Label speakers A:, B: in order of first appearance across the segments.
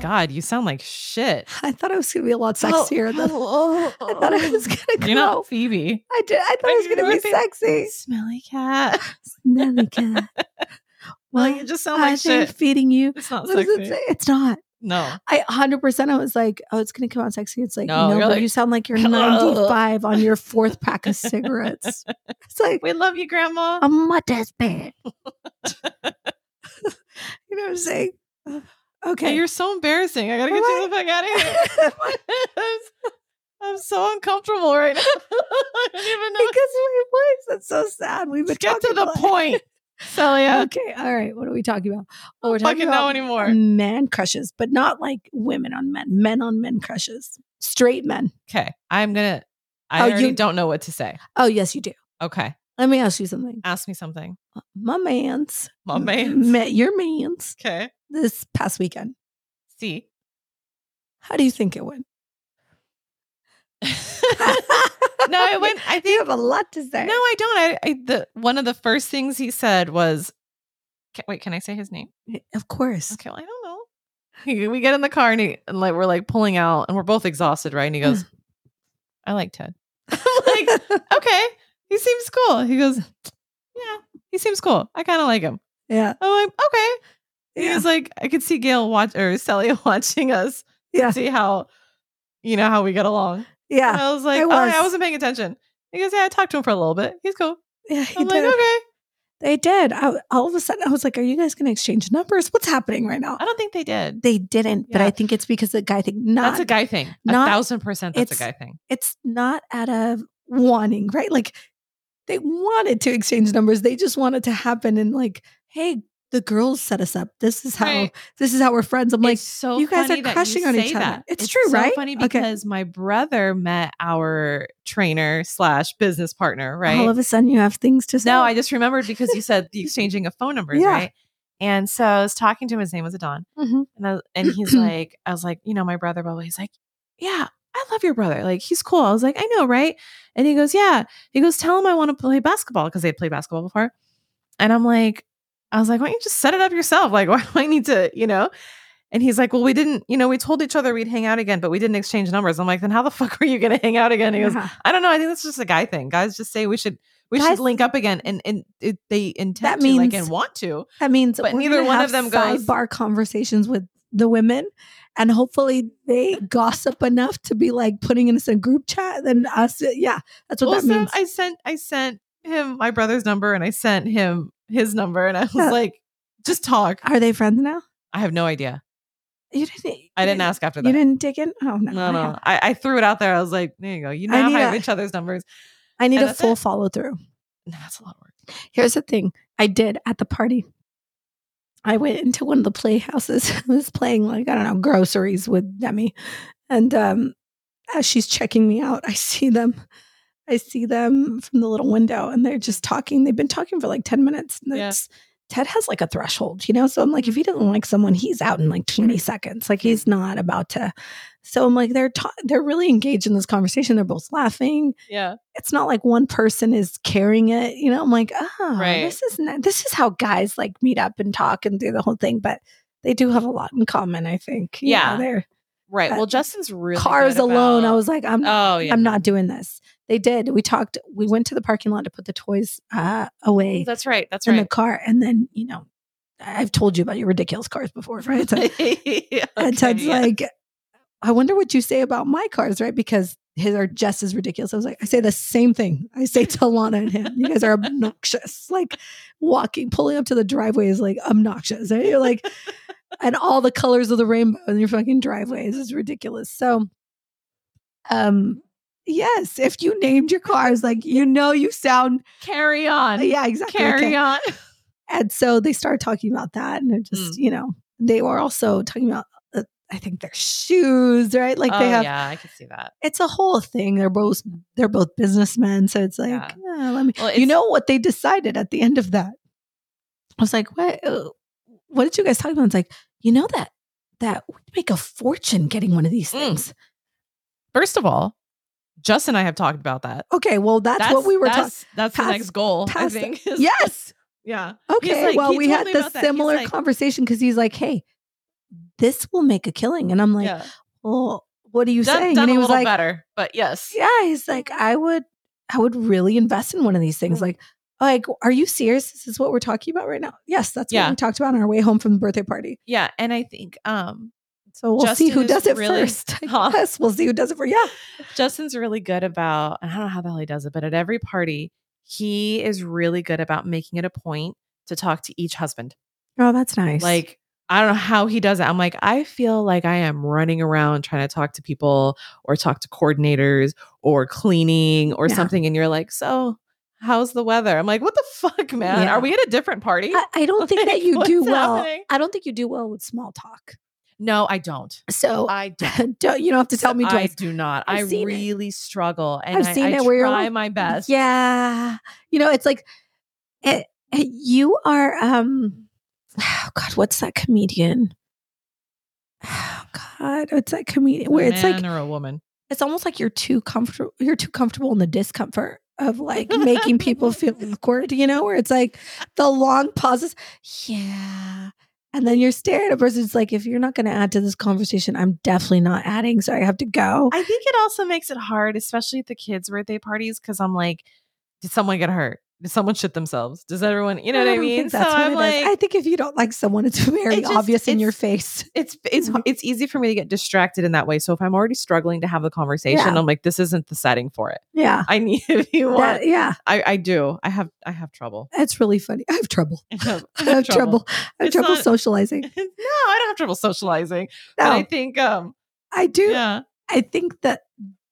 A: God, you sound like shit.
B: I thought it was going to be a lot sexier. than, I thought it was going to go.
A: You're not Phoebe.
B: I did. I thought it was
A: You're
B: going to be
A: not Phoebe.
B: sexy.
A: Smelly cat.
B: Smelly cat.
A: Well,
B: Why
A: you just sound like
B: aren't you
A: shit.
B: feeding you.
A: It's not
B: What does
A: sexy.
B: it say? It's not.
A: No.
B: I 100% I was like, oh, it's going to come out sexy. It's like,
A: No,
B: no,
A: you're
B: but
A: like,
B: you sound like you're
A: "Ugh."
B: 95 on your fourth pack of cigarettes. It's like,
A: We love you, Grandma.
B: I'm my deathbed. you know what I'm saying?
A: Okay,
B: Okay.
A: you're so embarrassing. I gotta get you the fuck out of here. I'm, so- I'm so uncomfortable right now. I don't even know.
B: because my voice, that's so sad. We've been
A: Just get to
B: talking
A: the
B: about-
A: point, Celia.
B: Okay, all right. What are we talking about? Well,
A: Don't
B: we're talking
A: fucking
B: about
A: know
B: Um,
A: anymore.
B: man crushes, but not like women on men, men on men crushes, straight men.
A: Okay, I'm gonna. I
B: Oh,
A: already
B: you-
A: don't know what to say.
B: Oh, yes, you do.
A: Okay,
B: Let me ask you something.
A: ask me something.
B: My man's,
A: My man's.
B: met your man's
A: Okay,
B: this past weekend.
A: see.
B: How do you think it went?
A: no,
B: no,
A: it went. I
B: You
A: think.
B: have a lot to say.
A: No, I don't. I, I the one of the first things he said was, can, "Wait, can I say his name?"
B: Eh, of course.
A: Okay, well, I don't know. He- We get in the car and, he, and like we're like pulling out and we're both exhausted, right? And he goes, "I like Ted." I'm like, okay, he seems cool. He goes, yeah, he seems cool. I kind of like him.
B: yeah,
A: I'm like, okay. He
B: yeah,
A: was like, I could see Gail watch or Sally watching us
B: yeah,
A: see how, you know, how we get along. And
B: yeah.
A: I was like,
B: I
A: oh, I
B: was.
A: wasn't paying attention. He goes, yeah, I talked to him for a little bit. He's cool.
B: yeah he
A: I'm like, "Oh."
B: did.
A: okay.
B: They did. I, all of a sudden, I was like, "Are you guys going to exchange numbers? What's happening right now?"
A: I don't think they did.
B: They didn't, but
A: Uh, Yeah.
B: I think it's because the guy thing. Not
A: that's a guy thing.
B: not-
A: a thousand percent, that's a
B: it's-
A: guy thing.
B: it's not out of wanting, right? Like they wanted to exchange numbers. They just wanted to happen and like, hey, the girls set us up. This is how
A: Right.
B: this is how we're friends. I'm like,
A: It's so
B: you guys
A: funny
B: are
A: that you
B: crushing on each
A: say
B: other.
A: that.
B: It's true,
A: so
B: right?
A: Funny
B: Okay.
A: because my brother met our trainer slash business partner, right?
B: all of a sudden you have things to say.
A: No, I just remembered because you said the exchanging of phone numbers,
B: Yeah.
A: right? And so I was talking to him. His name was Adon,
B: Mhm.
A: and I, and he's like, I was like, you know, my brother, blah blah. He's like, yeah, I love your brother. Like he's cool. I was like, I know, right? And he goes, yeah. He goes, tell him I want to play basketball because they played basketball before. And I'm like, I was like, why don't you just set it up yourself? Like, why do I need to, you know? And he's like, well, we didn't, you know, we told each other we'd hang out again, but we didn't exchange numbers. I'm like, then how the fuck were you going to hang out again? He goes,
B: Yeah.
A: I don't know. I think that's just a guy thing. Guys just say we should we
B: Guys-
A: should link up again, and and it, they intend
B: That
A: to like and
B: means-
A: want to.
B: that means
A: but
B: we're
A: neither
B: gonna
A: one
B: have
A: of them goes-
B: sidebar conversations with the women. And hopefully they gossip enough to be like putting us in a group chat. Then us, uh, yeah, that's what
A: also,
B: that means.
A: I sent I sent him my brother's number, and I sent him his number, and I was
B: Yeah.
A: like, just talk.
B: Are they friends now?
A: I have no idea.
B: You didn't.
A: I
B: you
A: didn't ask after that.
B: You didn't dig in? Oh no.
A: no,
B: I
A: no.
B: have-
A: I, I threw it out there. I was like, there you go. You
B: I
A: now
B: need
A: have
B: a-
A: each other's numbers.
B: I need
A: And
B: a
A: that's
B: full
A: it.
B: follow through.
A: No, that's a lot of work.
B: Here's the thing I did at the party. I went into one of the playhouses. I was playing like, I don't know, groceries with Demi. And um as she's checking me out, I see them. I see them from the little window and they're just talking. They've been talking for like 10 minutes. And
A: Yeah.
B: it's- Ted has like a threshold, you know? So I'm like, if he doesn't like someone, he's out in like 20 seconds. Like he's not about to. So I'm like, they're ta- they're really engaged in this conversation. They're both laughing
A: Yeah,
B: it's not like one person is carrying it. You know, I'm like, oh,
A: Right.
B: this is not, this is how guys like meet up and talk and do the whole thing. But they do have a lot in common, I think. You know,
A: Yeah.
B: their
A: right.
B: But
A: Well, Justin's really
B: cars
A: good
B: alone. I
A: about-
B: was like, I'm
A: oh yeah,
B: I'm not doing this. They did. We talked. We went to the parking lot to put the toys uh, away
A: That's right. That's
B: in
A: right.
B: the car, and then you know, I- I've told you about your ridiculous cars before, right? So-
A: Okay,
B: and Ted's
A: yeah.
B: like, I wonder what you say about my cars, right? Because his are just as ridiculous. I was like, I say the same thing. I say to Lana and him, you guys are obnoxious. Like walking, pulling up to the driveway is like obnoxious. Right? You're like, and all the colors of the rainbow in your fucking driveways is ridiculous. So, um, yes, if you named your cars, like you know, you sound
A: carry on,
B: yeah, exactly. like
A: carry on.
B: and so they started talking about that, and it
A: Hmm.
B: just, you know, they were also talking about, uh, I think their shoes, right? Like they
A: oh,
B: have,
A: yeah, I can see that.
B: it's a whole thing. They're both, they're both businessmen, so it's like,
A: Yeah.
B: "Ah, let me,
A: Well,
B: you
A: it's-
B: know, what they decided at the end of that. I was like, what? uh, What did you guys talk about? It's like, you know that that would make a fortune getting one of these
A: Mm.
B: things.
A: First of all, Justin and I have talked about that.
B: Okay, well, that's, what we were talking.
A: that's- That's the
B: past-
A: next goal.
B: past-
A: I think. is-
B: Yes.
A: Yeah.
B: Okay.
A: like-
B: well,
A: he
B: we
A: told
B: had
A: me
B: the
A: about that. He's
B: similar
A: like-
B: conversation because he's like, hey, this will make a killing. And I'm like,
A: yeah.
B: well, what do you say?
A: done
B: and
A: a
B: he was
A: little
B: like,
A: better, but yes.
B: yeah, he's like, I would, I would really invest in one of these things.
A: Mhm.
B: Like, like, are you serious? This is what we're talking about right now. Yes, that's what
A: Yeah.
B: we talked about on our way home from the birthday party.
A: Yeah. And I think um
B: So we'll see
A: Justin
B: who
A: is
B: does it
A: really-
B: first. I
A: Huh.
B: guess we'll see who does it first. Yeah.
A: Justin's really good about, and I don't know how the hell he does it, but at every party, he is really good about making it a point to talk to each husband.
B: Oh, that's nice.
A: Like, I don't know how he does it. I'm like, I feel like I am running around trying to talk to people or talk to coordinators or cleaning or
B: Yeah.
A: something. And you're like, so how's the weather? I'm like, what the fuck, man?
B: Yeah.
A: Are we at a different party?
B: I, I don't think that
A: Like,
B: you do
A: what's
B: well.
A: happening?
B: I don't think you do well with small talk.
A: no, I don't.
B: So
A: I don't.
B: don't, you don't have to tell me
A: I
B: twice.
A: do not.
B: I've
A: i
B: seen it.
A: really struggle, and
B: I've
A: i I,
B: seen it
A: try
B: where you're like,
A: my best.
B: Yeah. You know, it's like eh, eh, you are um oh god, what's that comedian? Oh god, what's that comedian? Where
A: a
B: it's like
A: man or a woman.
B: it's almost like you're too comfortable you're too comfortable in the discomfort of like making people feel awkward, you know, where it's like the long pauses. Yeah. And then you're staring at a person. It's like, if you're not going to add to this conversation, I'm definitely not adding. So I have to go.
A: I think it also makes it hard, especially at the kids' birthday parties, because I'm like, did someone get hurt? Did someone shit themselves? Does everyone, you know what I
B: don't think
A: mean? So
B: that's what it
A: I'm
B: is.
A: like,
B: I think if you don't like someone, it's very
A: It just-
B: obvious in your
A: it's-
B: face.
A: it's it's
B: Mhm.
A: it's easy for me to get distracted in that way. So if I'm already struggling to have the conversation,
B: Yeah.
A: I'm like, this isn't the setting for it.
B: Yeah.
A: I need if you want.
B: That- yeah.
A: I I do. I have I have trouble.
B: That's really funny. I have trouble.
A: I have,
B: I have trouble. I have
A: It's
B: trouble
A: not-
B: socializing.
A: no, I don't have trouble socializing. But I
B: No,
A: think um
B: I do.
A: yeah.
B: I think that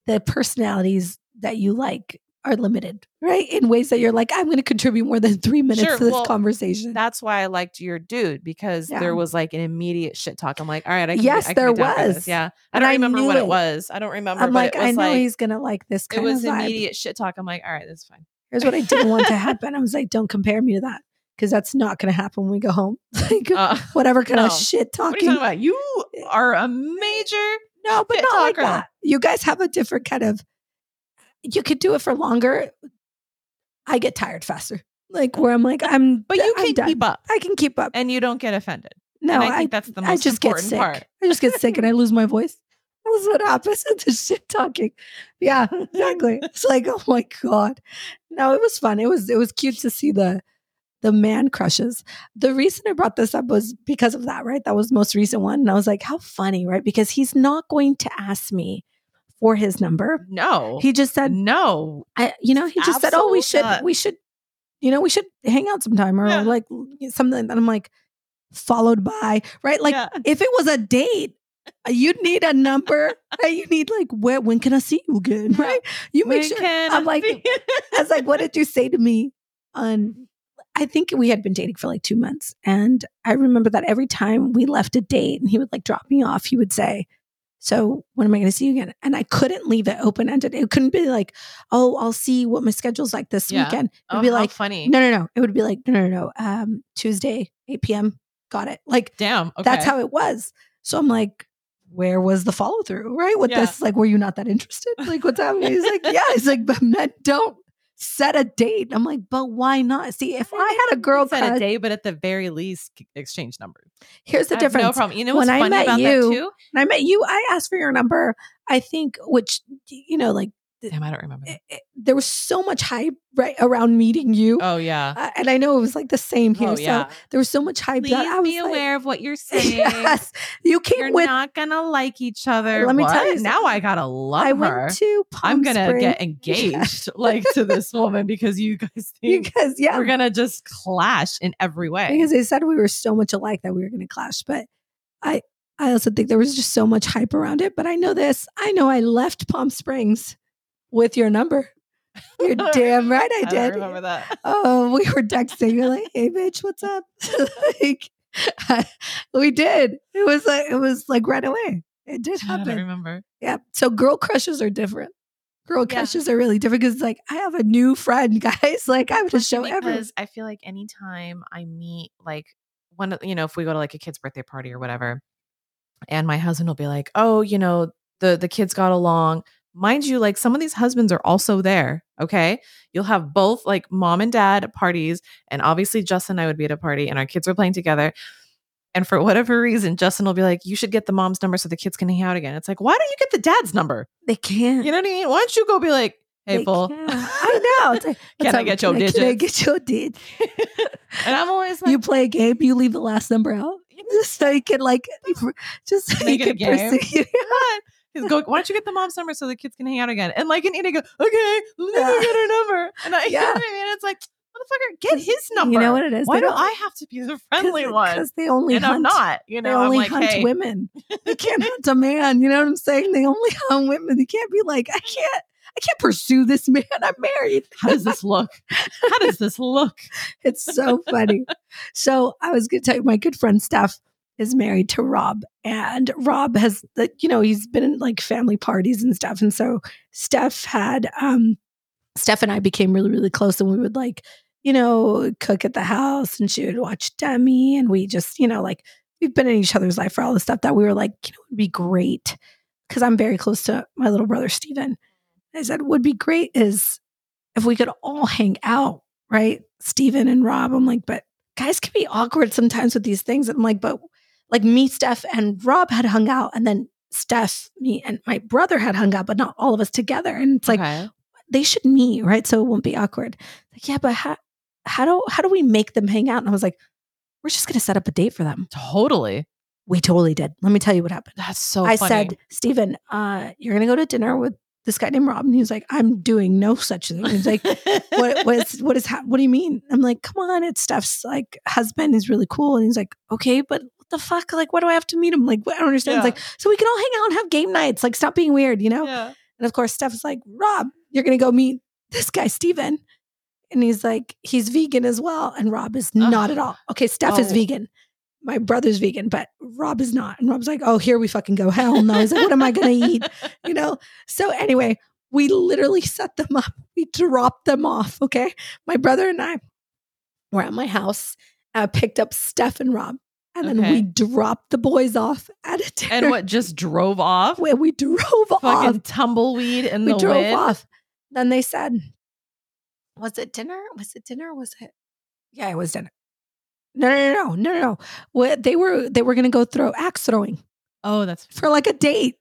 B: the personalities that you like are limited, right? In ways that you're like, I'm going to contribute more than three minutes
A: Sure,
B: to this
A: well,
B: conversation.
A: That's why I liked your dude because
B: Yeah.
A: there was like an immediate shit talk. I'm like, all right, I can,
B: Yes,
A: I can
B: there
A: adapt to this.
B: was.
A: Yeah, I
B: And
A: don't
B: I
A: remember
B: knew
A: what it.
B: it.
A: was. I don't remember.
B: I'm
A: but
B: like,
A: it was
B: I know
A: like,
B: he's going to like this
A: It
B: kind
A: was
B: of vibe.
A: immediate shit talk. I'm like, all right, that's fine.
B: Here's what I didn't want to happen. I was like, don't compare me to that because that's not going to happen when we go home. Like,
A: Uh,
B: whatever kind of
A: no.
B: shit
A: what are you talking
B: talking.
A: about? You are a major.
B: eh No, but
A: shit
B: not like
A: talker.
B: that. You guys have a different kind of. You could do it for longer. I get tired faster. Like where I'm like I'm,
A: But you
B: I'm
A: can
B: done.
A: keep up,
B: I can keep up.
A: and you don't get offended.
B: No,
A: and I
B: I,
A: think that's the most
B: I just get
A: important
B: sick.
A: part.
B: I just get sick and I lose my voice. That was what happens in the shit talking. Yeah, exactly. it's like, oh my god. No, it was fun. It was it was cute to see the the man crushes. The reason I brought this up was because of that, right? That was the most recent one. And I was like, how funny, right? Because he's not going to ask me for his number.
A: No,
B: He just said,
A: no.
B: I, you know, he just said, "Oh, we
A: Absolutely
B: should,
A: not.
B: we should, you know, we should hang out sometime or
A: Yeah.
B: like something." And I'm like, followed by right, like
A: Yeah.
B: if it was a date, you'd need a number. right? You need like where when can I see you again,
A: Yeah.
B: right? You make
A: When
B: sure.
A: can
B: I'm
A: I
B: like-
A: be-
B: I was like, "What did you say to me?" On, I think we had been dating for like two months, and I remember that every time we left a date, and he would like drop me off, he would say. So when am I going to see you again? And I couldn't leave it open ended. It couldn't be like, oh, I'll see what my schedule's like this
A: Yeah.
B: weekend. It'd
A: oh,
B: be
A: how
B: like,
A: funny.
B: no, no, no. It would be like, no, no, no. no. Um, Tuesday, 8 p.m. Got it. Like
A: Damn. Okay.
B: that's how it was. So I'm like, where was the follow through? Right? With
A: Yeah.
B: this, like, were you not that interested? Like, what's happening? He's like, yeah. He's like, but men don't set a date. I'm like, but why not? See, if I had a girl
A: said a
B: crush,
A: day, but at the very least, c- exchange numbers.
B: here's the
A: I have
B: difference.
A: No problem. You know
B: When
A: what's
B: I
A: funny
B: met
A: about
B: you-
A: that too?
B: When I met you, I asked for your number. I think, which you know, like,
A: Damn, I don't remember.
B: it- it- there was so much hype right around meeting you,
A: Oh yeah.
B: Uh, and I know it was like the same here.
A: Oh
B: So
A: yeah.
B: there was so much hype
A: Please
B: that I was
A: be
B: like,
A: aware of what you're saying.
B: Yes, you came
A: You're
B: with.
A: not gonna like each other.
B: Let me tell
A: What?
B: you
A: Now I gotta love
B: I
A: her.
B: went to. Palm
A: I'm gonna
B: Springs
A: get engaged like to this woman because you guys think
B: because yeah,
A: we're gonna just clash in every way.
B: because they said we were so much alike that we were going to clash. But I, I also think there was just so much hype around it. But I know this. I know I left Palm Springs with your number. You're damn right I
A: I
B: did.
A: don't remember that.
B: Oh, we were texting. You're like, hey, bitch, what's up? like, we did. It was like it was like right away. It did
A: I don't
B: happen.
A: remember.
B: Yeah. So girl crushes are different. Girl
A: Yeah.
B: crushes are really different because like I have a new friend, guys. Like I have to
A: Especially
B: show everyone.
A: because I feel like anytime I meet like one of you know, if we go to like a kid's birthday party or whatever, and my husband will be like, Oh, you know, the the kids got along. Mind you, like some of these husbands are also there. Okay. You'll have both like mom and dad at parties, and obviously Justin and I would be at a party and our kids are playing together. And for whatever reason, Justin will be like, You should get the mom's number so the kids can hang out again. It's like, Why don't you get the dad's number?
B: They can't.
A: You know what I mean? Why don't you go be like, Hey,
B: They
A: bull.
B: can't. I know. It's like,
A: Can
B: it's
A: I
B: like,
A: get your
B: Can I get your digit?
A: and I'm always like,
B: you play a game, you leave the last number out, just so you can like, just so
A: Make
B: you
A: it a
B: can pursue.
A: "What?" He's go, why don't you get the mom's number so the kids can hang out again? And like an idiot, go, okay, let me go get her number. And I, you know
B: Yeah.
A: what I mean? It's like, motherfucker, get his number.
B: You know what it is?
A: Why
B: They
A: do
B: don't-
A: I have to be the friendly one?
B: Because they only
A: And
B: hunt.
A: I'm not. You know,
B: they
A: I'm
B: only
A: like,
B: hunt
A: hey,
B: women. They can't hunt a man. You know what I'm saying? They only hunt women. They can't be like, I can't, I can't pursue this man. I'm married.
A: how does this look? How does this look?
B: It's so funny. so I was going to tell you, my good friend Steph is married to Rob, and Rob has, the, you know, he's been in like family parties and stuff, and so Steph had, um, Steph and I became really, really close, and we would like, you know, cook at the house, and she would watch Demi, and we just, you know, like we've been in each other's life for all the stuff that we were like, you know, would be great because I'm very close to my little brother Steven. I said, would be great is if we could all hang out right? Steven and Rob. I'm like, but guys can be awkward sometimes with these things. And I'm like, but like me, Steph, and Rob had hung out, and then Steph, me, and my brother had hung out, but not all of us together. And it's like
A: okay.
B: they should meet, right? So it won't be awkward. Like, yeah, but how how do how do we make them hang out? And I was like, we're just gonna set up a date for them.
A: totally.
B: We totally did. Let me tell you what happened.
A: That's so
B: I
A: Oh, funny.
B: said, Steven, uh, you're gonna go to dinner with this guy named Rob. And he's like, I'm doing no such thing. He's like, what what is what is hap- what do you mean? I'm like, come on, it's Steph's like husband. He's really cool, and he's like, okay, but what the fuck? Like, why do I have to meet him? Like, what- I don't understand. It's
A: Yeah.
B: like, so we can all hang out and have game nights. Like, stop being weird, you know?
A: Yeah.
B: And of course, Steph is like, Rob, you're gonna go meet this guy Steven. and he's like, he's vegan as well, and Rob is not at all. Okay, Steph is
A: Oh.
B: vegan. My brother's vegan, but Rob is not. And Rob's like, oh, here we fucking go. Hell no. He's like, what am I going to eat? you know? So anyway, we literally set them up. We dropped them off. Okay. My brother and I were at my house, uh, picked up Steph and Rob, and then we
A: Okay.
B: dropped the boys off at a dinner.
A: And what just drove off?
B: Where we drove off.
A: Fucking tumbleweed in
B: We
A: the
B: drove
A: wind.
B: off. Then they said, was it dinner? Was it dinner? Was it? Yeah, it was dinner. No, no, no, no, no, no. What they were they were gonna go throw axe throwing
A: Oh, that's
B: for like a date.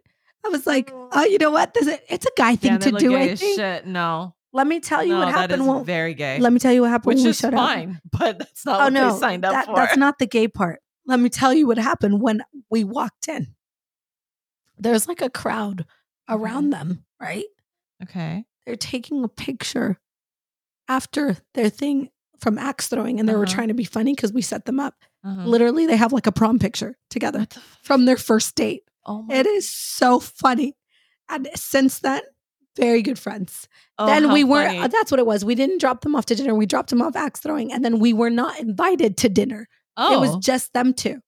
B: I was like, oh, you know what? This is, it's a guy thing
A: yeah,
B: to
A: they look
B: do.
A: gay
B: I
A: as
B: think.
A: Shit. No,
B: Let me tell you
A: no,
B: what
A: that is
B: happened. When,
A: very gay.
B: let me tell you what happened
A: which
B: when we
A: is
B: showed up.
A: fine, but that's not
B: Oh
A: what
B: no,
A: they signed up
B: that-
A: for.
B: that's not the gay part. Let me tell you what happened when we walked in. There's like a crowd around
A: Mm-hmm.
B: them, right?
A: okay.
B: they're taking a picture after their thing from axe throwing and they were
A: Uh-huh.
B: trying to be funny because we set them up
A: Uh-huh.
B: literally they have like a prom picture together
A: What the f-
B: from their first date
A: oh my
B: it is so funny and since then very good friends
A: Oh,
B: then
A: how
B: we were
A: funny.
B: uh, that's what it was we didn't drop them off to dinner we dropped them off axe throwing and then we were not invited to dinner
A: oh,
B: uh, it was just them two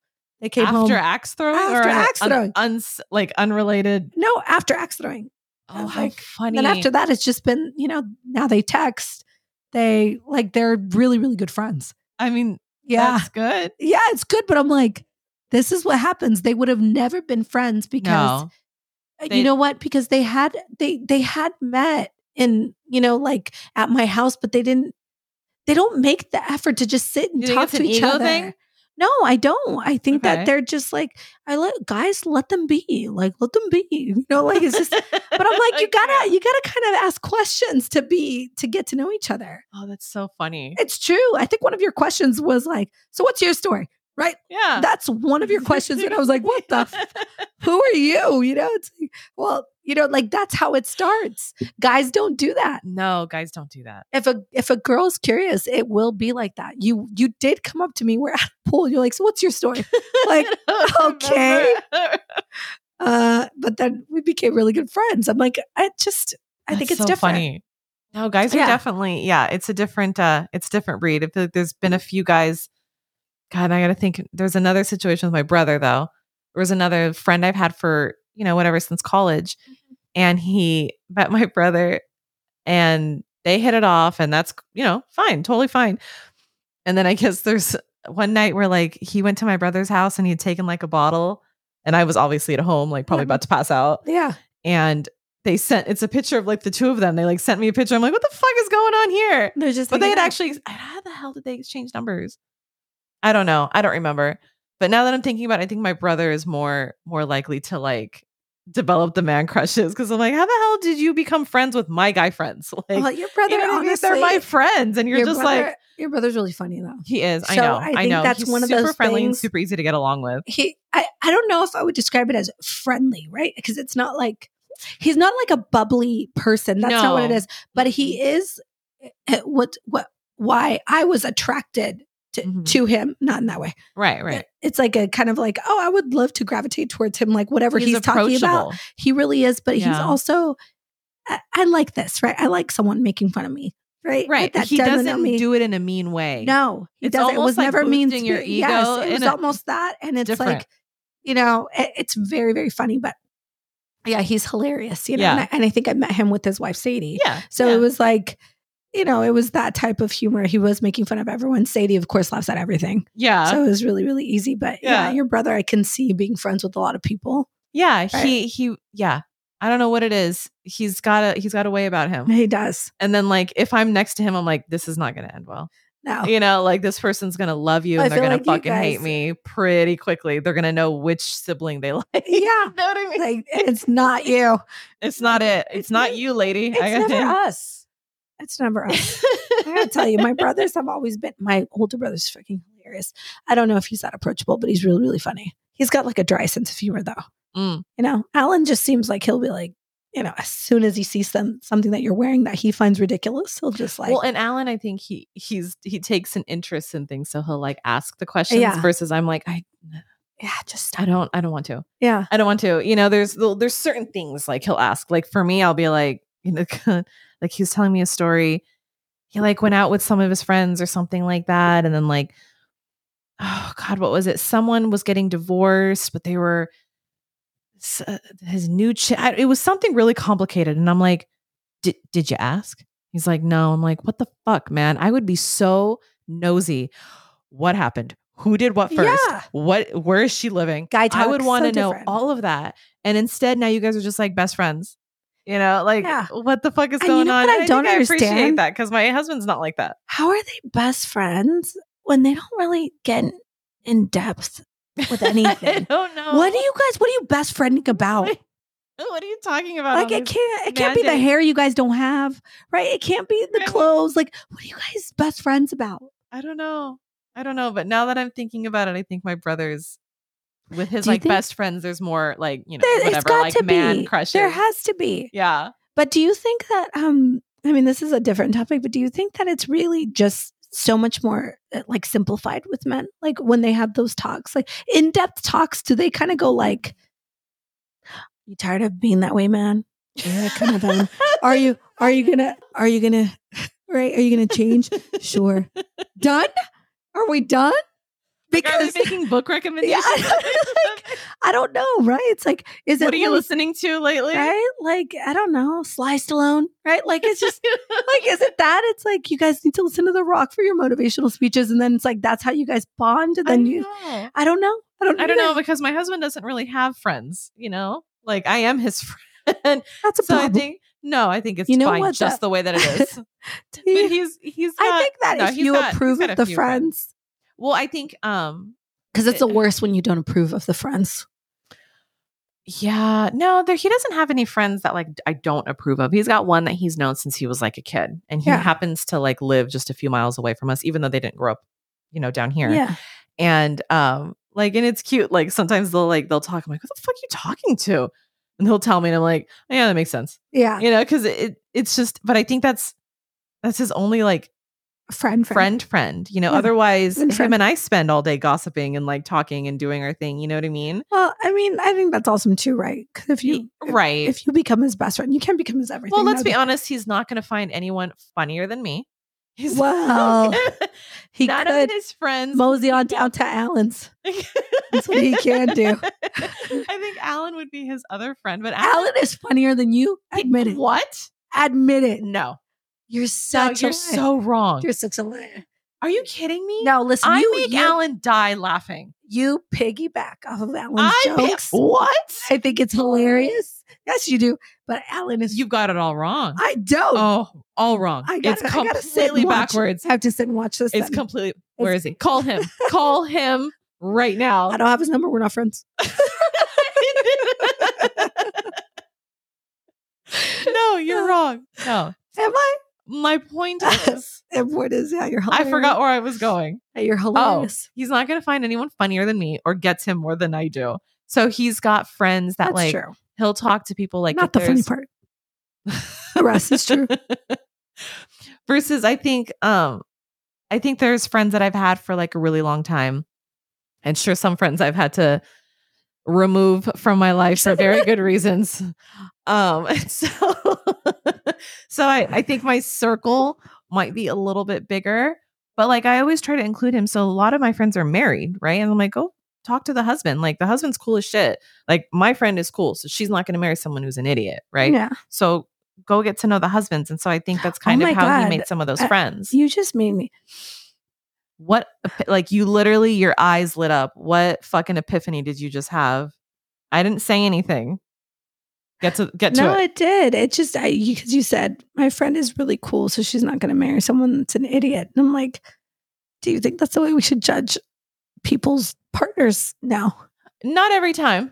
B: they came
A: after
B: home
A: axe throwing or
B: After
A: an
B: axe
A: un-
B: throwing.
A: uns- like unrelated.
B: no after axe throwing I
A: Oh,
B: was
A: how
B: like-
A: funny!
B: And then after that, it's just been, you know, now they text. They like they're really, really good friends.
A: I mean,
B: Yeah.
A: that's good.
B: yeah, it's good. But I'm like, this is what happens. They would have never been friends because uh,
A: no,
B: you
A: They-
B: know what? Because they had they they had met in, you know, like at my house, but they didn't they don't make the effort to just sit and
A: You think
B: talk
A: it's
B: to
A: an
B: each
A: ego
B: other.
A: thing?
B: No, I don't. I think
A: Okay.
B: that they're just like, I let guys let them be. Like let them be. You know, like it's just but I'm like, you gotta, you gotta kind of ask questions to be to get to know each other.
A: Oh, that's so funny.
B: It's true. I think one of your questions was like, so what's your story? Right?
A: Yeah.
B: That's one of your questions. And I was like, what the f- who are you? You know, it's like, well, you know, like that's how it starts. Guys don't do that.
A: no, guys, don't do that.
B: If a if a girl's curious, it will be like that. You you did come up to me, we're at a pool. You're like, so what's your story? Like,
A: I don't
B: okay.
A: remember.
B: uh, but then we became really good friends. I'm like, I just I think it's
A: That's so
B: different.
A: funny. No, guys are
B: Yeah.
A: definitely yeah. It's a different uh, it's different breed. I feel like there's been a few guys. God, I gotta think. There's another situation with my brother though. There was another friend I've had for you know whatever since college,
B: Mm-hmm.
A: and he met my brother, and they hit it off, and that's you know fine, totally fine. And then I guess there's one night where like he went to my brother's house and he had taken like a bottle, and I was obviously at home like
B: Mm-hmm.
A: probably about to pass out
B: Yeah.
A: and they sent it's a picture of like the two of them. They like sent me a picture. I'm like, what the fuck is going on here?
B: They're just
A: But they
B: hanging
A: had
B: out.
A: actually how the hell did they exchange numbers? I don't know. I don't remember. But now that I'm thinking about it, I think my brother is more more likely to like develop the man crushes because I'm like, how the hell did you become friends with my guy friends? Like,
B: well, your brother,
A: you know what I mean?
B: honestly,
A: they're my friends, and you're
B: your
A: just
B: brother-
A: like,
B: your brother's really funny though.
A: he is. I
B: So
A: know.
B: I
A: I,
B: think
A: know.
B: that's
A: He's
B: one of
A: super
B: those
A: friendly and
B: things-
A: super easy to get along with.
B: He, I, I don't know if I would describe it as friendly, right? Because it's not like he's not like a bubbly person. That's not what it
A: No. Mm-hmm.
B: is. But he is eh, what what why I was attracted to
A: Mhm.
B: to him. Not in that way. Eh,
A: Right. Right.
B: It's like a kind of like oh, I would love to gravitate towards him. Like whatever he's, talking about, he really is. But he's
A: Yeah.
B: also I, I like this, right? I like someone making fun of me, right?
A: Right.
B: That
A: he
B: doesn't
A: doesn't
B: help me.
A: do it in a mean way.
B: No, he
A: It's
B: doesn't. It
A: almost
B: was
A: like
B: never mean
A: boosting your
B: spe- Yes,
A: ego
B: it was
A: in a-
B: almost that, and it's
A: different.
B: like you know, it, it's very very funny, but yeah, he's hilarious. You know, and,
A: Yeah.
B: I, and I think I met him with his wife Sadie,
A: Yeah.
B: so
A: yeah.
B: it was like. You know, it was that type of humor. He was making fun of everyone. Sadie, of course, laughs at everything.
A: Yeah.
B: so it was really, really easy. But yeah.
A: Yeah.
B: your brother, I can see being friends with a lot of people.
A: yeah.
B: Right.
A: He he yeah. I don't know what it is. He's got a he's got a way about him.
B: He does.
A: And then like if I'm next to him, I'm like, this is not gonna end well.
B: No.
A: You know, like this person's gonna love you
B: Oh. I
A: and they're
B: feel
A: gonna
B: like you
A: fucking hate
B: guys-
A: me pretty quickly. They're gonna know which sibling they like.
B: Yeah.
A: you know what I mean?
B: Like, it's not you.
A: It's not it.
B: it's
A: It's not
B: me.
A: you, lady.
B: It's
A: I
B: never
A: gotta-
B: us. It's never us. I gotta tell you, my brothers have always been. My older brother's fucking hilarious. I don't know if he's that approachable, but he's really, really funny. He's got like a dry sense of humor, though.
A: Mm.
B: You know, Alan just seems like he'll be like, you know, as soon as he sees some something that you're wearing that he finds ridiculous, he'll just like,
A: well, and Alan, I think he he's he takes an interest in things, so he'll like ask the questions
B: Uh, Yeah.
A: versus I'm like, I
B: yeah, just stop.
A: I don't I don't want to.
B: yeah,
A: I don't want to. You know, there's there's certain things like he'll ask. Like for me, I'll be like, you know, like he was telling me a story. He like went out with some of his friends or something like that, and then like, oh God, what was it? Someone was getting divorced, but they were s- uh, his new. Ch- I- it was something really complicated, and I'm like, did did you ask? He's like, no. I'm like, what the fuck, man? I would be so nosy. What happened? Who did what first?
B: Yeah.
A: What? Where is she living?
B: Guy
A: I would
B: talks,
A: want
B: so
A: to know
B: different.
A: all of that. And instead, now you guys are just like best friends. You know, like
B: Yeah.
A: what the fuck is
B: And you
A: going
B: know
A: on?
B: what I
A: And think
B: don't
A: appreciate
B: understand?
A: that because my husband's not like that.
B: How are they best friends when they don't really get in depth with
A: I
B: anything?
A: don't know.
B: what do you guys? What are you best friending about?
A: What are you talking about?
B: Like
A: on
B: it
A: this-
B: can't it can't be the
A: magic.
B: hair you guys don't have, right? It can't be the
A: Right.
B: clothes. Like what are you guys best friends about?
A: I don't know. I don't know. But now that I'm thinking about it, I think my brother's with his
B: Do you
A: like
B: think-
A: best friends. There's more like you know
B: There-
A: whatever
B: it's got
A: like
B: to
A: man
B: be.
A: crushes.
B: There has to be.
A: yeah.
B: But do you think that um I mean this is a different topic, but do you think that it's really just so much more uh, like simplified with men? Like when they have those talks, like in-depth talks, do they kind of go like you tired of being that way, man? Yeah, kind of, um, Are you are you going to are you going to right? Are you going to change? Sure. Done? Are we done?
A: Like, are
B: Because
A: they making book recommendations?
B: like, I don't know, right? It's like, is it
A: what are you
B: like-
A: listening to lately?
B: right? Like, I don't know, sliced alone, right? Like, it's just like, is it that? It's like you guys need to listen to The Rock for your motivational speeches, and then it's like that's how you guys bond. And
A: I
B: then
A: don't
B: you,
A: know.
B: I don't know, I don't,
A: I don't
B: either.
A: know because my husband doesn't really have friends, you know? Like I am his friend.
B: That's a
A: so I
B: problem.
A: think no, I think it's
B: You know
A: fine
B: what,
A: just
B: though?
A: the way that it is. but
B: To me,
A: he's he's
B: I
A: got-
B: think that
A: no,
B: if
A: he's
B: you
A: got- he's
B: approve
A: got
B: of
A: a
B: the
A: few friends.
B: friends,
A: well, I think um
B: because it's the worst when you don't approve of the friends.
A: yeah, no, there he doesn't have any friends that like I don't approve of. He's got one that he's known since he was like a kid and he
B: Yeah.
A: happens to like live just a few miles away from us even though they didn't grow up, you know, down here.
B: Yeah,
A: and um like and it's cute like sometimes they'll like they'll talk i'm like what the fuck are you talking to and he'll tell me and i'm like "Oh, yeah that makes sense
B: yeah,
A: you know because it, it it's just but i think that's that's his only like
B: friend, friend.
A: friend friend you know
B: Yeah.
A: otherwise
B: And
A: him
B: friend.
A: and i spend all day gossiping and like talking and doing our thing you know what i mean
B: Well, I mean, I think that's awesome too, right? 'Cause if you,
A: He- right
B: if you become his best friend, you can become his everything.
A: well let's
B: though.
A: be honest he's not going to find anyone funnier than me he's
B: Well, he
A: none
B: could
A: of his friends
B: mosey on down to Allen's. That's what he can do.
A: I think Alan would be his other friend, but Alan,
B: Alan is funnier than you. Admit it.
A: What?
B: Admit it.
A: No,
B: You're
A: no,
B: such
A: you're
B: a liar.
A: so wrong.
B: you're such a liar.
A: Are you kidding me?
B: No, listen,
A: I
B: you,
A: make
B: you,
A: Alan die laughing.
B: you piggyback off of Alan's
A: I make-
B: jokes.
A: what?
B: I think it's hilarious. Yes, you do. But Alan is
A: You've got it all wrong.
B: I don't.
A: oh, all wrong.
B: I
A: it's
B: gotta, I gotta sit
A: completely
B: and watch-
A: backwards.
B: I have to sit and watch this.
A: It's
B: then.
A: completely. Where is he? Call him. Call him. right now.
B: I don't have his number. We're not friends.
A: no, you're wrong. No.
B: Am I?
A: My point is,
B: And what is yeah, you're hilarious.
A: I forgot Oh, where I was going.
B: You're hilarious.
A: He's not going to find anyone funnier than me or gets him more than I do. So he's got friends that
B: That's
A: like
B: true.
A: he'll talk to people like
B: not the
A: if
B: funny
A: there's-
B: part. The rest is true.
A: Versus, I think, um, I think there's friends that I've had for like a really long time, and sure, some friends I've had to remove from my life for very good reasons. Um, and so, so I, I think my circle might be a little bit bigger, but like I always try to include him. So a lot of my friends are married, right? And I'm like, go talk to the husband. Like the husband's cool as shit. Like my friend is cool, so she's not going to marry someone who's an idiot, right?
B: Yeah.
A: So go get to know the husbands. And so I think that's kind
B: Oh my
A: of how
B: God. Uh,
A: he made some of those
B: I-
A: friends.
B: You just made me.
A: what, ep- like, you literally, your eyes lit up. What fucking epiphany did you just have? I didn't say anything. Get to get to
B: no,
A: it.
B: it. did. It just I because you said my friend is really cool, so she's not going to marry someone that's an idiot. And I'm like, do you think that's the way we should judge people's partners now?
A: Not every time,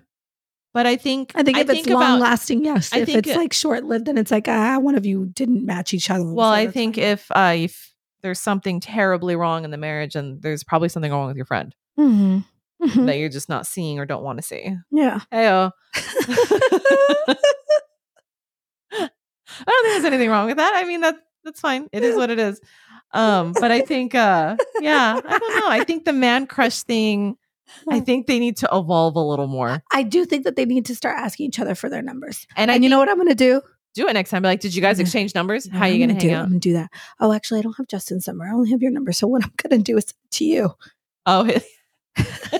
A: but I think
B: I think if it's long
A: about-
B: lasting, yes.
A: I
B: if
A: think
B: it's
A: it-
B: like short lived, and it's like ah, one of you didn't match each other.
A: Well,
B: so
A: I
B: that's
A: think
B: fine.
A: if uh, if there's something terribly wrong in the marriage, and there's probably something wrong with your friend
B: Mhm. Mhm.
A: that you're just not seeing or don't want to see.
B: yeah,
A: Hey, I don't think there's anything wrong with that. I mean, that that's fine. It is what it is. Um, but I think, uh, yeah, I don't know. I think the man crush thing. I
B: Hmm.
A: think they need to evolve a little more.
B: I do think that they need to start asking each other for their numbers.
A: And I
B: And you know what I'm going to do?
A: do it next time. Be like, did you guys
B: Yeah.
A: exchange numbers? How are
B: I'm
A: you gonna
B: do?
A: hang
B: I'm
A: out?
B: gonna do that. Oh, actually, I don't have Justin's number. I only have your number. So what I'm gonna do is to you.
A: Oh,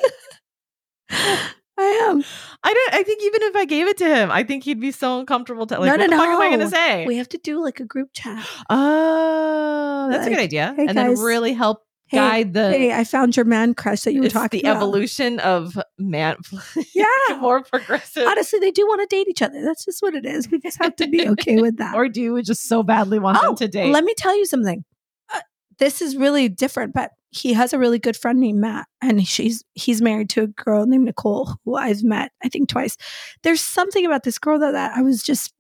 B: I am.
A: I don't. I think even if I gave it to him, I think he'd be so uncomfortable. To, like,
B: No,
A: what
B: no,
A: the fuck am I
B: no.
A: gonna say?
B: We have to do like a group chat.
A: oh, that's a
B: Like,
A: good idea.
B: "Hey,
A: and
B: guys.
A: then really help
B: Hey,
A: guide the
B: hey, I found your man crush that you were
A: uh, it's
B: talking
A: the
B: about.
A: evolution of man
B: Yeah.
A: more progressive
B: Honestly, they do want to date each other. That's just what it is. We just have to be okay with that.
A: or do you just so badly want
B: Oh,
A: them to date
B: Let me tell you something. Uh, this is really different, but he has a really good friend named Matt, and she's he's married to a girl named Nicole, who I've met I think twice. There's something about this girl that, that I was just.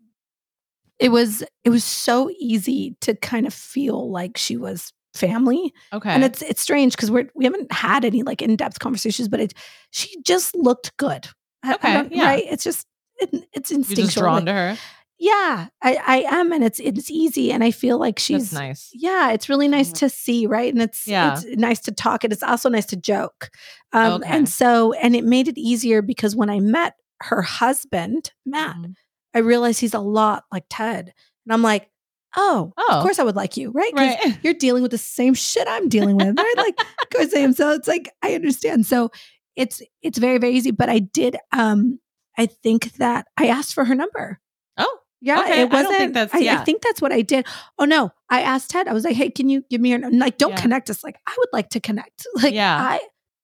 B: It was it was so easy to kind of feel like she was family,
A: okay
B: and it's it's strange because we're we haven't had any like in depth conversations, but it she just looked good. I- I
A: Okay,
B: don't-
A: yeah.
B: right. It's just it, it's
A: you're
B: instinctual.
A: just drawn
B: like,
A: to her
B: yeah, I, I am, and it's it's easy, and I feel like she's
A: that's nice
B: yeah, it's really nice to see, right? And it's
A: Yeah.
B: it's nice to talk, and it's also nice to joke. Um,
A: Okay.
B: And so, and it made it easier because when I met her husband Matt,
A: Mhm.
B: I realized he's a lot like Ted, and I'm like, oh,
A: oh
B: of course I would like you, right? 'Cause
A: right
B: you're dealing with the same shit I'm dealing with, right? Like, of course I am. So it's like I understand. So it's it's very very easy. But I did. um I think that I asked for her number.
A: oh
B: Yeah,
A: Okay, I
B: it
A: don't think
B: wasn't.
A: that's-
B: I, I
A: yeah.
B: think that's what I did. Oh no, I asked Ted. I was like, "Hey, can you give me your num-" like? Don't
A: Yeah.
B: connect us. Like, I would like to connect. Like,
A: Yeah.
B: I.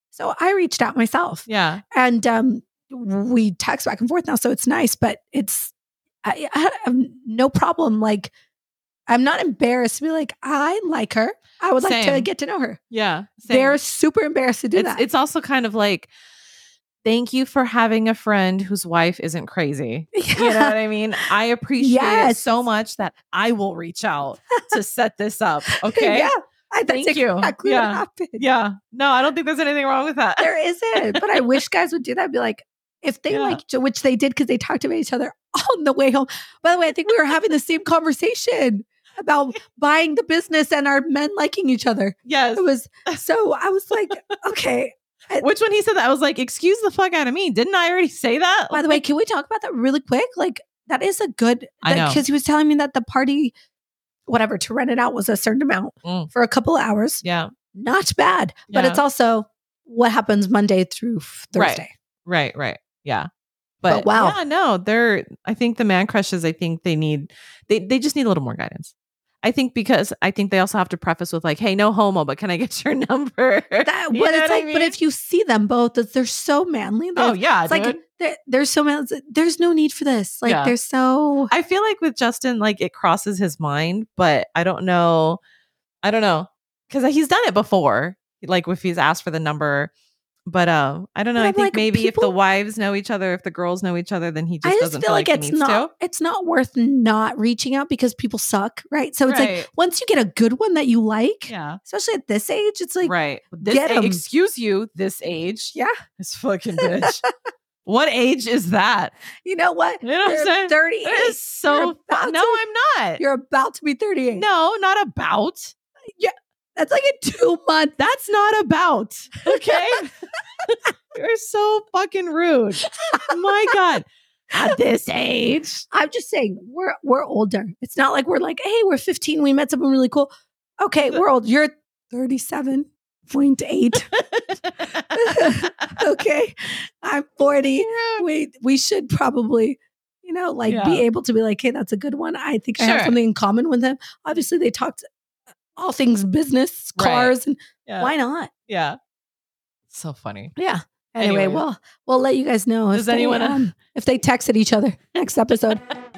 B: So I reached out myself,
A: yeah
B: and um, we text back and forth now. So it's nice, but it's I, I have no problem. Like, I'm not embarrassed to be like, I like her. I would like to
A: Same.
B: get to know her.
A: yeah same.
B: They're super embarrassed to do
A: it's,
B: that.
A: it's also kind of like thank you for having a friend whose wife isn't crazy you know what I mean? I appreciate it
B: Yes.
A: so much that I will reach out to set this up. Okay.
B: yeah. I, that's
A: Thank you.
B: exactly
A: Yeah.
B: what happened.
A: Yeah. No, I don't think there's anything wrong with that.
B: there isn't. But I wish guys would do that. Be like, if they
A: Yeah.
B: like, which they did because they talked about each other on the way home. By the way, I think we were having the same conversation about buying the business and our men liking each other.
A: Yes.
B: It was so I was like, okay.
A: Which when he said that, I was like, excuse the fuck out of me. Didn't I already say that?
B: By the way, can we talk about that really quick? Like that is a good
A: I know.
B: because he was telling me that the party, whatever to rent it out was a certain amount
A: Mm.
B: for a couple of hours.
A: Yeah.
B: Not bad, but
A: Yeah.
B: it's also what happens Monday through f-
A: Right.
B: Thursday.
A: Right, right. Yeah.
B: But
A: But,
B: wow.
A: Yeah, no, they're I think the man crushes, I think they need they they just need a little more guidance. I think because I think they also have to preface with like, hey, no homo, but can I get your number?
B: That
A: You
B: what
A: know
B: it's
A: what I
B: like, but
A: mean?
B: if you see them both, it's- they're so manly. They're,
A: oh yeah.
B: it's like
A: dude.
B: they're, they're so manly. There's no need for this. Like
A: Yeah.
B: they're so.
A: I feel like with Justin, like it crosses his mind, but I don't know. I don't know because he's done it before. Like if he's asked for the number, But uh, I don't know.
B: But
A: I
B: I'm
A: think
B: like,
A: maybe if the
B: people-
A: wives know each other, if the girls know each other, then he just
B: I just
A: doesn't
B: feel like,
A: he
B: it's
A: needs
B: not it's not worth not reaching out because people suck, right? So
A: to.
B: it's like
A: Right.
B: once you get a good one that you like,
A: yeah,
B: especially at this age, it's like
A: right. This
B: get
A: a-
B: 'em.
A: excuse you, this age.
B: Yeah.
A: this fucking bitch. what age is that?
B: you know what?
A: You know what I'm
B: You're
A: saying?
B: 38.
A: It is so. fu-
B: about
A: no,
B: to-
A: I'm not.
B: You're about to be 38.
A: No, not about.
B: That's like a two month.
A: That's not about. Okay. You're so fucking rude. My God. At this age.
B: I'm just saying we're we're older. It's not like we're like, hey, we're 15. We met someone really cool. Okay, we're old. You're 37.8. okay. I'm 40. We we should probably, you know, like be
A: Yeah.
B: able to be like, hey, that's a good one. I think I have
A: Sure.
B: something in common with them. Obviously, they talked all things business,
A: Right.
B: cars, and
A: yeah.
B: why not?
A: Yeah. So funny.
B: Yeah. Anyway,
A: Anyway.
B: well, we'll let you guys know
A: Does anyone-
B: um, if they texted each other next episode.